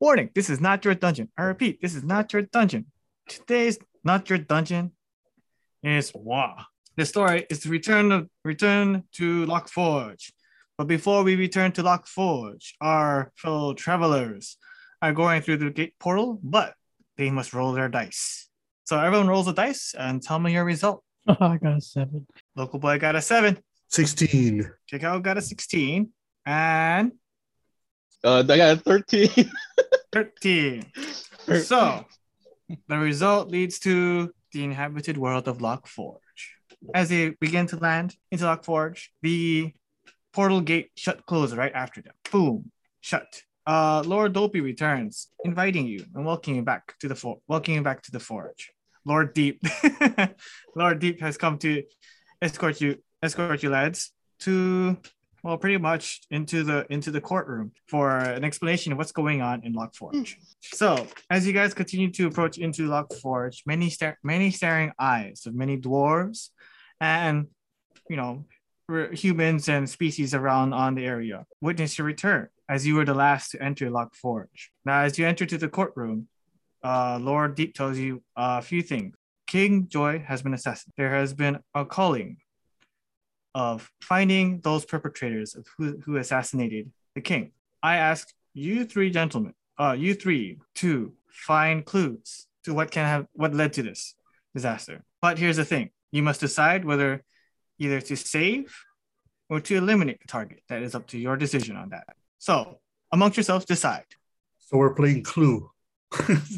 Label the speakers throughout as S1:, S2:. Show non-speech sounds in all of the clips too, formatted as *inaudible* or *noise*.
S1: Warning, this is not your dungeon. I repeat, this is not your dungeon. Today's not your dungeon is Wah. The story is the return of return to Lock Forge. But before we return to Lock Forge, our fellow travelers are going through the gate portal, but they must roll their dice. So everyone rolls a dice and tell me your result.
S2: *laughs* Oh, I got a seven.
S1: Local boy got a seven.
S3: 16.
S1: Chicago got a 16 and
S4: Uh, I got a 13.
S1: 13. So the result leads to the inhabited world of Lock Forge. As they begin to land into Lock Forge, the portal gate shut closes right after them. Boom, shut. Uh, Lord Dolby returns, inviting you and welcoming you back to the for- welcoming you back to the forge. Lord Deep, *laughs* Lord Deep has come to escort you, escort you lads to well, pretty much into the into the courtroom for an explanation of what's going on in Lock Forge. So, as you guys continue to approach into Lock Forge, many star- many staring eyes of many dwarves, and you know, r- humans and species around on the area witness your return, as you were the last to enter Lock Forge. Now, as you enter to the courtroom, uh, Lord Deep tells you a few things. King Joy has been assassinated. There has been a calling of finding those perpetrators of who, who assassinated the king. I ask you three gentlemen, uh, you three, to find clues to what can have what led to this disaster. But here's the thing: you must decide whether either to save or to eliminate the target. That is up to your decision on that. So, amongst yourselves, decide.
S3: So we're playing Clue. *laughs*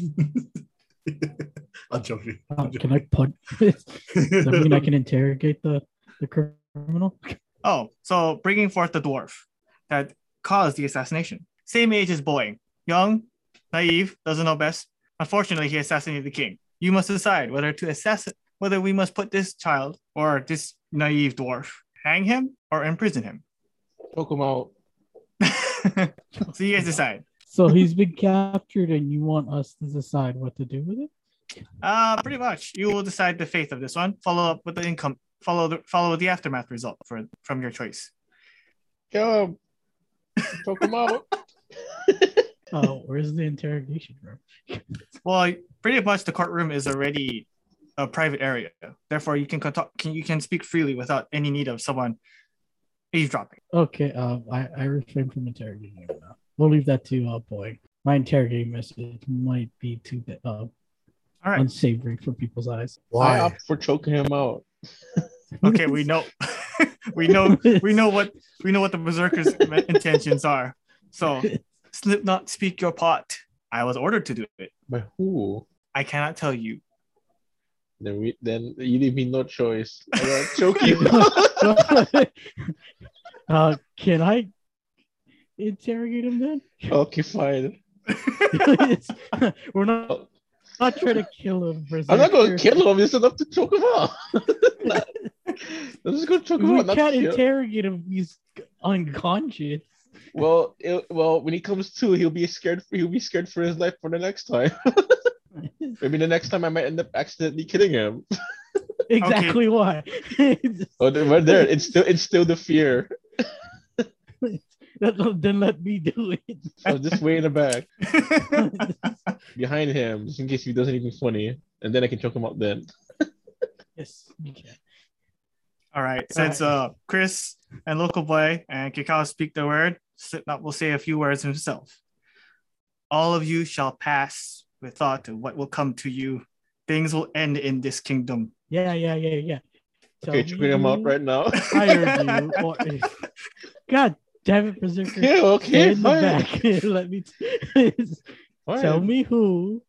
S3: I'm joking.
S2: Uh,
S1: *laughs*
S3: I'm joking.
S2: can I put? *laughs* Does that mean
S3: *laughs*
S2: I can interrogate the the criminal? *laughs*
S1: Oh, so bringing forth the dwarf that caused the assassination. Same age as Boeing. Young, naive, doesn't know best. Unfortunately, he assassinated the king. You must decide whether to assassin whether we must put this child or this naive dwarf, hang him or imprison him. *laughs*
S4: Choke 'em out.
S1: so you guys decide.
S2: So he's been captured, and you want us to decide what to do with it?
S1: Uh pretty much. You will decide the fate of this one. Follow up with the income follow the follow the aftermath result for from your choice.
S4: Kill him. Choke 'em out.
S1: *laughs*
S2: Oh, where's the interrogation room?
S1: Well, pretty much the courtroom is already a private area. Therefore, you can con- talk, can you can speak freely without any need of someone eavesdropping.
S2: Okay, um, I I refrain from interrogating him now. We'll leave that to uh, boy. My interrogating message might be too uh,
S1: All right.
S2: unsavory for people's eyes.
S4: I
S3: Why?
S4: opt for choking him out.
S1: Okay, we know. *laughs* we know we
S2: *laughs*
S1: know what we know what the berserker's *laughs* intentions are. So, slip not speak your part. I was ordered to do it.
S4: By who?
S1: I cannot tell you. *laughs*
S4: Then we then you leave me no choice. I gotta
S2: *laughs*
S4: choke you *laughs* out.
S2: uh, can I interrogate him then?
S4: Okay, fine.
S2: *laughs* We're not not trying to kill him. For
S4: I'm not gonna kill him. It's enough to choke him out. *laughs* I'm just gonna choke him
S2: We
S4: out. Not
S2: can't
S4: kill.
S2: interrogate him. He's unconscious.
S4: well, it, well, when he comes to, he'll be scared. He'll be scared for his life for the next time. *laughs* Maybe the next time I might end up accidentally killing him.
S2: Exactly why. *laughs*
S4: Oh, then right there, it's still it's still the fear.
S2: Then then let me do it.
S4: So just way in the back,
S1: All
S4: behind him, just in case he does anything funny, and then I can choke him out. Then
S2: *laughs* yes, you can.
S1: right. Since uh, Chris and local boy and Kikau speak the word, Slipknot will say a few words himself. all of you shall pass with thought of what will come to you. Things will end in this kingdom.
S2: Yeah, yeah, yeah, yeah.
S4: okay,
S2: Tell
S4: choking him out
S2: you
S4: right
S2: *laughs*
S4: now. *laughs*
S2: Hired you. Or... God damn it, Berserker.
S4: yeah,
S2: Stay
S4: okay,
S2: in the
S4: fine.
S2: back. *laughs* Let me t-
S4: fine.
S2: tell me who,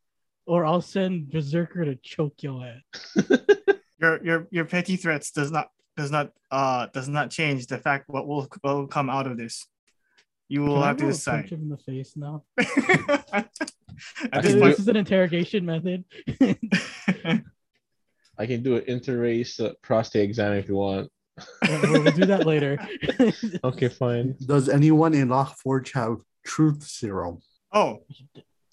S2: or I'll send Berserker to choke your ass.
S1: Your your your petty threats does not does not uh does not change the fact what will, what will come out of this. You will
S2: Can I
S1: have to
S2: roll a Punch
S1: decide.
S2: him in the face now.
S1: *laughs* At
S2: This,
S4: can
S1: this
S4: do
S1: point,
S2: this is an interrogation method.
S4: I can do an interrace uh, prostate exam if you want.
S2: we'll, we'll do that
S4: *laughs*
S2: later.
S4: Okay, fine.
S2: *laughs*
S3: Does anyone in Lock Forge have truth serum?
S1: *laughs* oh,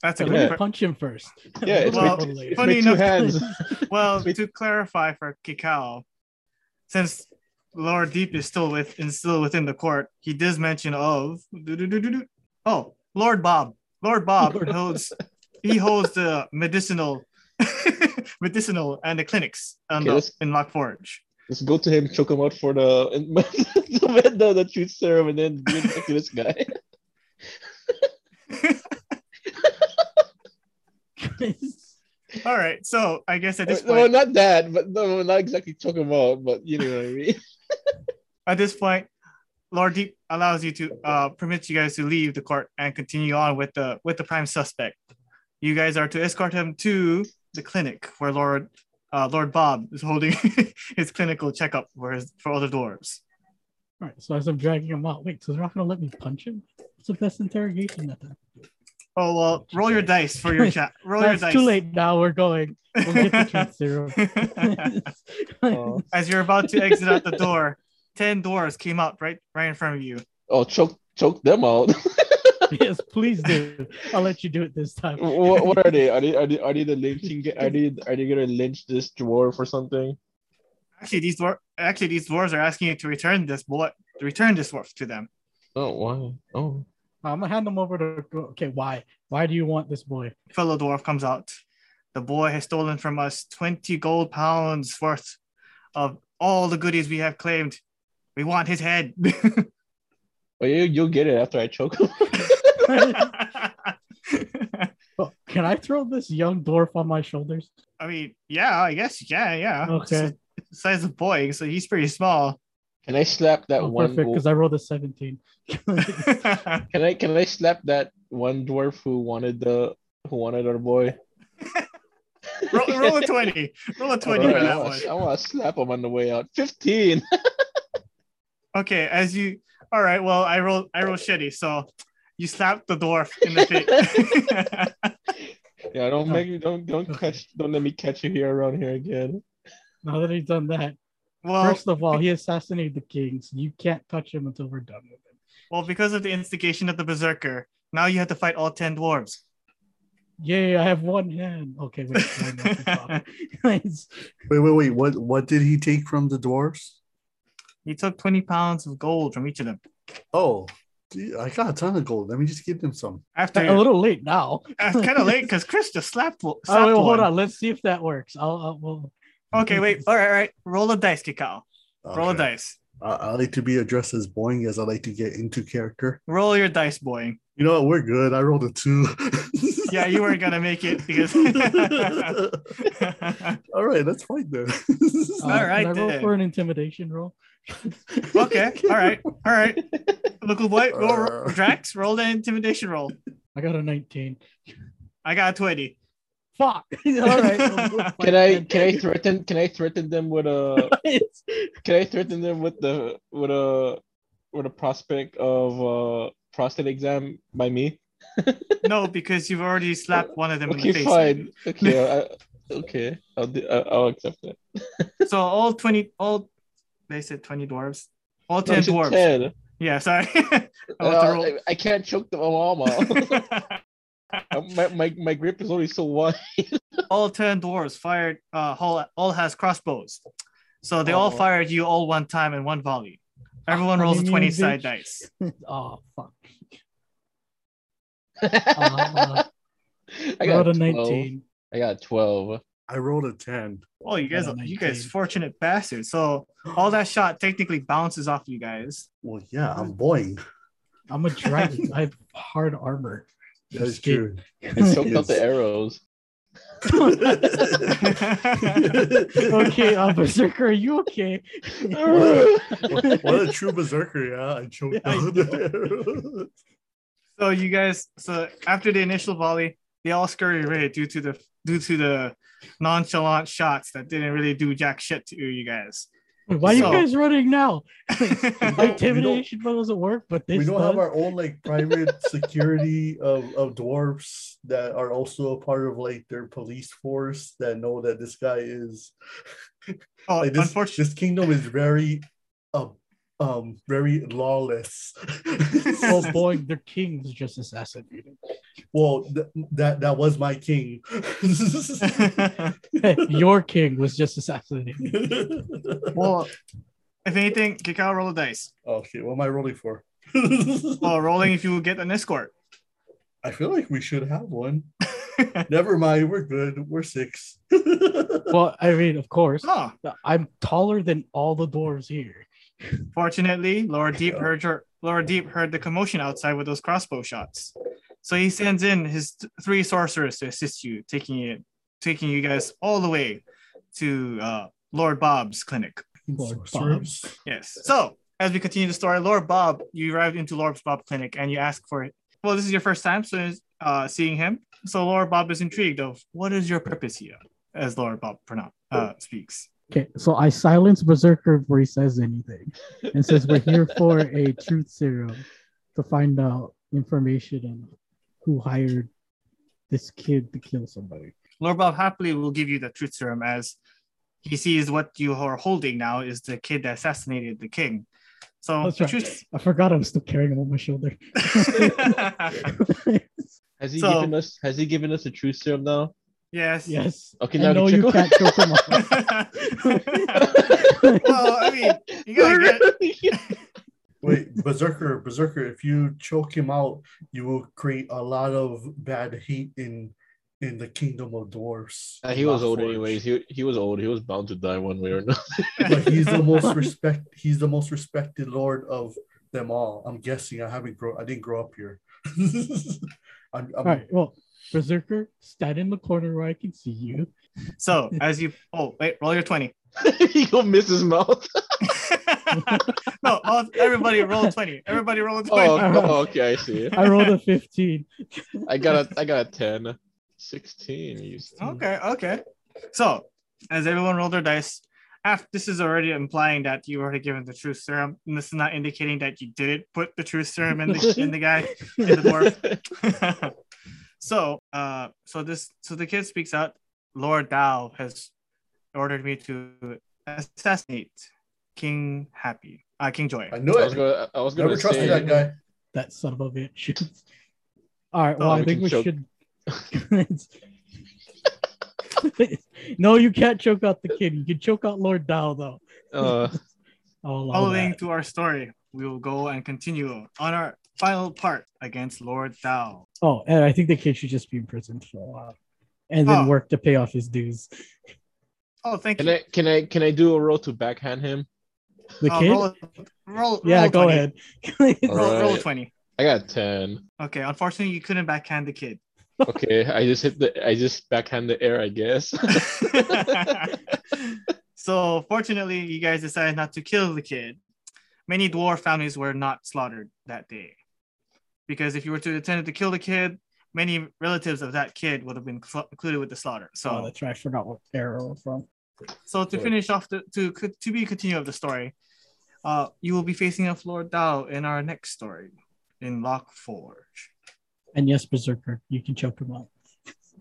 S1: that's a
S2: Let
S1: good.
S4: Yeah.
S2: me punch him first.
S4: Yeah, it's
S2: We'll
S1: my-
S2: do that later.
S4: It's
S2: *laughs*
S1: Funny
S4: my two
S1: enough- *laughs*
S4: hands.
S1: Well, to clarify for Kikau, since Lord Deep is still with and still within the court, he does mention of oh Lord Bob. Lord Bob holds he holds the medicinal *laughs* medicinal and the clinics on
S4: Okay,
S1: the-
S4: let's-
S1: in Lock Forge.
S4: Let's go to him, choke him out for the *laughs* the the, the truth serum, and then give it back to this guy.
S1: All right, so I guess *laughs* at this
S4: *laughs* no,
S1: point,
S4: not that, but no, not exactly choke him out, but you know what
S2: *laughs*
S4: I mean.
S1: at this point, Lord Deep allows you to uh, permits you guys to leave the court and continue on with the with the prime suspect. You guys are to escort him to the clinic where Lord uh, Lord Bob is holding *laughs* his clinical checkup for his, for other dwarves.
S2: All right, so as I'm dragging him out, wait, so they're not gonna let me punch him? It's the best interrogation method.
S1: Oh well, roll your dice for
S2: *laughs*
S1: your chat. Roll your
S2: That's
S1: dice.
S2: too late now. We're going. We'll get the truth serum.
S4: *laughs* Oh.
S1: *laughs* As you're about to exit out the door, ten dwarves came out right right in front of you.
S4: Oh, choke choke them out.
S2: *laughs*
S4: *laughs*
S2: yes, please do. I'll let you do it this time.
S4: what, what are they? Are they are they are they the *laughs* lynching? ga- Are they are they gonna lynch this dwarf or something?
S1: Actually, these dwar- actually these dwarves are asking you to return this boy, to return this dwarf to them.
S4: Oh why? Oh
S2: I'm gonna hand him over to. Okay, why? Why do you want this boy?
S1: Fellow dwarf comes out. The boy has stolen from us twenty gold pounds worth of all the goodies we have claimed. We want his head. *laughs*
S4: well, Oh, you you'll get it after I choke him. *laughs*
S1: I
S2: Oh, can I throw this young dwarf on my shoulders?
S1: mean, yeah, I guess, yeah, yeah.
S2: Okay.
S1: It's the size of boy, so he's pretty small. *laughs*
S4: Can I slap that
S2: Oh,
S4: one?
S2: perfect,
S4: gold-
S2: because I rolled a 17.
S4: Can I can I slap that one dwarf who wanted the who wanted our boy?
S1: roll, roll a 20. Roll a 20 for
S4: Alright, I
S1: that
S4: wanna-
S1: one.
S4: I want to slap him on the way out. Fifteen. *laughs*
S1: Okay, as you all right, well, I roll I roll shitty, so you slap the dwarf in the face. *laughs*
S4: Yeah, don't
S2: No.
S4: make me don't don't
S2: Okay.
S4: catch don't let me catch you here around here again.
S2: Now that he's done that,
S1: well,
S3: Oh.
S2: first of all, he assassinated the kings. You can't touch him until we're done with him.
S1: well, because of the instigation of the berserker, now you have to fight all ten dwarves.
S2: Yay, I have one hand. Okay, wait. I'm not gonna
S3: *laughs*
S2: talk.
S3: Wait, wait, wait. What what did he take from the dwarves?
S1: You took 20 pounds of gold from each of them.
S3: Oh, gee, I got a ton of gold. Let me just give them some.
S1: After
S2: a little late now.
S1: uh, it's kind of late because Chris just slapped. slapped
S2: Oh, wait, well, hold
S1: one.
S2: on. Let's see if that works. I'll, I'll we'll,
S1: Okay, wait. All right, all right. Roll a dice, Kikau. Roll a
S3: Okay.
S1: dice.
S3: I, I like to be addressed as boing as I like to get into character.
S1: Roll your dice, boy.
S3: You know what? We're good. I rolled a two.
S1: Yeah, you weren't gonna make it because. *laughs*
S3: *laughs* All right, that's fine then.
S2: uh,
S1: All right,
S2: can I roll
S1: then.
S2: for an intimidation roll.
S1: okay. All right. All right. Local boy, roll,
S3: Uh.
S1: Drax, roll that intimidation roll.
S2: I got a 19.
S1: I got a 20.
S2: Fuck. All right. we'll go fight
S4: Can I
S2: then.
S4: can I threaten can I threaten them with a
S2: *laughs* It's-
S4: can I threaten them with the with a with a prospect of uh prostate exam by me?
S1: No, because you've already slapped one of them in the
S4: Okay,
S1: face.
S4: fine. Okay, I, okay, I'll do, I, I'll accept that.
S1: So all 20, all, they said 20 dwarves. All
S4: No,
S1: 10
S4: it's a
S1: dwarves.
S4: 10.
S1: Yeah, sorry. *laughs* I want to
S4: Uh,
S1: roll.
S4: I, I can't choke them all
S1: *laughs*
S4: out. *laughs* my, my my grip is only so wide.
S1: all 10 dwarves fired, uh, all, all has crossbows. So they all
S4: Oh.
S1: fired you all one time in one volley. Everyone
S2: Ah,
S1: rolls a
S2: you
S1: 20
S2: mean
S1: side
S2: bitch.
S1: dice.
S2: oh, fuck.
S1: Oh,
S2: Uh,
S4: *laughs* I
S2: I
S4: got
S2: rolled a
S4: 19.
S2: 19.
S4: I
S1: *laughs*
S4: got 12.
S3: I rolled a 10.
S1: Oh, you guys,
S2: Got a
S1: you guys
S2: 19.
S1: fortunate bastards. So all that shot technically bounces off you guys. *laughs*
S3: Well, yeah, I'm boing.
S2: I'm a
S4: *laughs*
S2: dragon. I have hard armor.
S3: That is
S2: Skate.
S3: *laughs* true.
S4: I choked out the
S3: Yes.
S1: *laughs*
S4: arrows. *laughs*
S3: *laughs*
S2: okay, *laughs* uh, Berserker, are you okay?
S3: What a true berserker, yeah. I choked
S2: Yeah, I
S3: out *laughs* the
S1: so you guys so after the initial volley they all scurry away due to the due to the nonchalant shots that didn't really do jack shit to you guys *laughs*
S2: Why are you
S1: So-
S2: guys running now? My
S3: don't-
S2: intimidation doesn't work, but this
S3: we don't
S2: does.
S3: have our own like private security of, of dwarfs that are also a part of like their police force that know that this guy is
S2: Uh,
S1: oh
S3: like this,
S1: unfortunately
S3: this kingdom is very um um very lawless
S2: *laughs* Oh boy, their king's just assassinated. *laughs*
S3: well th- that that was my king *laughs*
S2: Your king was just assassinated.
S1: well if anything kick out roll the dice
S3: okay what am *laughs* i rolling for
S1: well rolling if you get an escort
S3: I feel like we should have one. Never mind, we're good. We're six.
S2: Well, I mean, of course,
S1: Oh,
S2: I'm taller than all the dwarves here.
S1: fortunately, Laura Deep
S3: Yeah.
S1: heard her, Laura Deep heard the commotion outside with those crossbow shots. So he sends in his th- three sorcerers to assist you, taking it, taking you guys all the way to uh, Lord Bob's clinic.
S2: Lord
S3: Sorcerers.
S1: Yes. So as we continue the story, Lord Bob, you arrived into Lord Bob clinic and you ask for it. Well, this is your first time, so uh, seeing him. So Lord Bob is intrigued of what is your purpose here, as Lord Bob pronoun- uh, speaks.
S2: Okay, so I silence Berserker before he says anything and says we're here for a truth serum to find out information on who hired this kid to kill somebody.
S1: Lord Bob happily will give you the truth serum as he sees what you are holding now is the kid that assassinated the king. So
S2: That's
S1: the
S2: right. I forgot I was still carrying him on my
S4: *laughs*
S2: shoulder. *laughs*
S1: truth-
S4: Has he
S1: So-
S4: given us? Has he given us a true
S1: *laughs*
S4: serum now?
S1: *laughs* yes.
S2: yes.
S4: Okay,
S2: I
S4: now we
S2: know
S4: can
S2: you
S4: check-
S2: can't choke him off.
S4: *laughs*
S1: well, I mean, you gotta get
S3: Wait, Berserker, Berserker, if you choke him out, you will create a lot of bad hate in in the kingdom of dwarves.
S4: Uh, he was
S3: Not
S4: old
S3: forged.
S4: anyways. He, he was old. He was bound to die one way or another. *laughs*
S3: But he's the *laughs* most respect he's the most respected lord of them all. I'm guessing I haven't grow I didn't grow up here. *laughs* I'm, I'm
S2: All right, well, Berserker, stand in the corner where I can see you.
S1: So as you oh wait, roll your 20.
S4: He'll miss his
S3: *laughs*
S4: mouth.
S1: *laughs* no, all, everybody roll 20. Everybody roll 20.
S4: Oh, oh, okay, I see.
S2: I rolled a 15.
S4: I got a I got a 10. 16. You s-
S1: Okay, okay. So as everyone rolled their dice, after, this is already implying that you already given the truth serum, and this is not indicating that you didn't put the truth serum in the in the guy in the
S4: *laughs*
S1: dwarf. *laughs* so uh so this so the kid speaks out lord dao has ordered me to assassinate king happy uh king joy
S3: I knew
S4: I was
S3: it.
S4: gonna I was gonna
S3: Never
S4: say
S3: trusted that guy.
S2: That son of a bitch. *laughs* All right, well,
S4: Oh,
S2: I
S4: we
S2: think
S4: can
S2: we
S4: choke.
S2: should. *laughs* no, you can't choke out the kid. You can choke out Lord Dow, though. Oh,
S4: uh,
S2: I'll allow
S1: following
S2: that.
S1: to our story we will go and continue on our final part against lord dao
S2: Oh, and I think the kid should just be imprisoned for a while and then
S1: Oh.
S2: work to pay off his dues.
S1: oh thank
S4: can
S1: you
S4: I can I can I do a roll to backhand him?
S2: The
S1: Uh,
S2: kid?
S1: roll, roll
S2: yeah,
S1: roll
S2: go
S1: 20.
S2: ahead. *laughs*
S1: roll, roll
S4: Alright.
S1: 20
S4: I got a 10.
S1: okay unfortunately you couldn't backhand the
S2: *laughs*
S1: kid *laughs*
S4: Okay, I just hit the I just backhand the air, I guess. *laughs*
S1: so fortunately, you guys decided not to kill the kid. Many dwarf families were not slaughtered that day. Because if you were to attempt to kill the kid, many relatives of that kid would have been cl- included with the slaughter. So
S2: oh, that's right. I forgot what arrow was from.
S1: so to
S4: Right.
S1: finish off the to to be continue of the story, uh, you will be facing off Lord Dao in our next story in Lock Forge.
S2: And yes, Berserker, you can choke him out.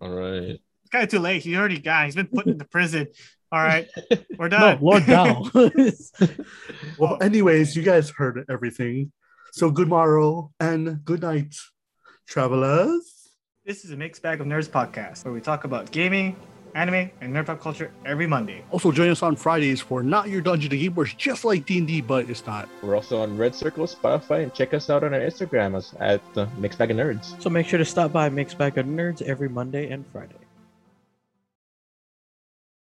S4: All right.
S1: It's kind of too late. He already got. He's been put *laughs* into prison. All right, we're
S2: No,
S1: done.
S2: Lord Dow. *laughs*
S3: Well, anyways, you guys heard everything. So good morrow and good night, travelers.
S1: *laughs* This is a Mixed Bag of Nerds podcast where we talk about gaming, anime, and nerd pop culture every Monday.
S5: Also, join us on Fridays for Not Your Dungeon to Game, where it's just like D&D, but it's not.
S4: We're also on Red Circle, Spotify, and check us out on our Instagram as- at uh, Mixed Bag of Nerds.
S6: So make sure to stop by Mixed Bag of Nerds every Monday and Friday.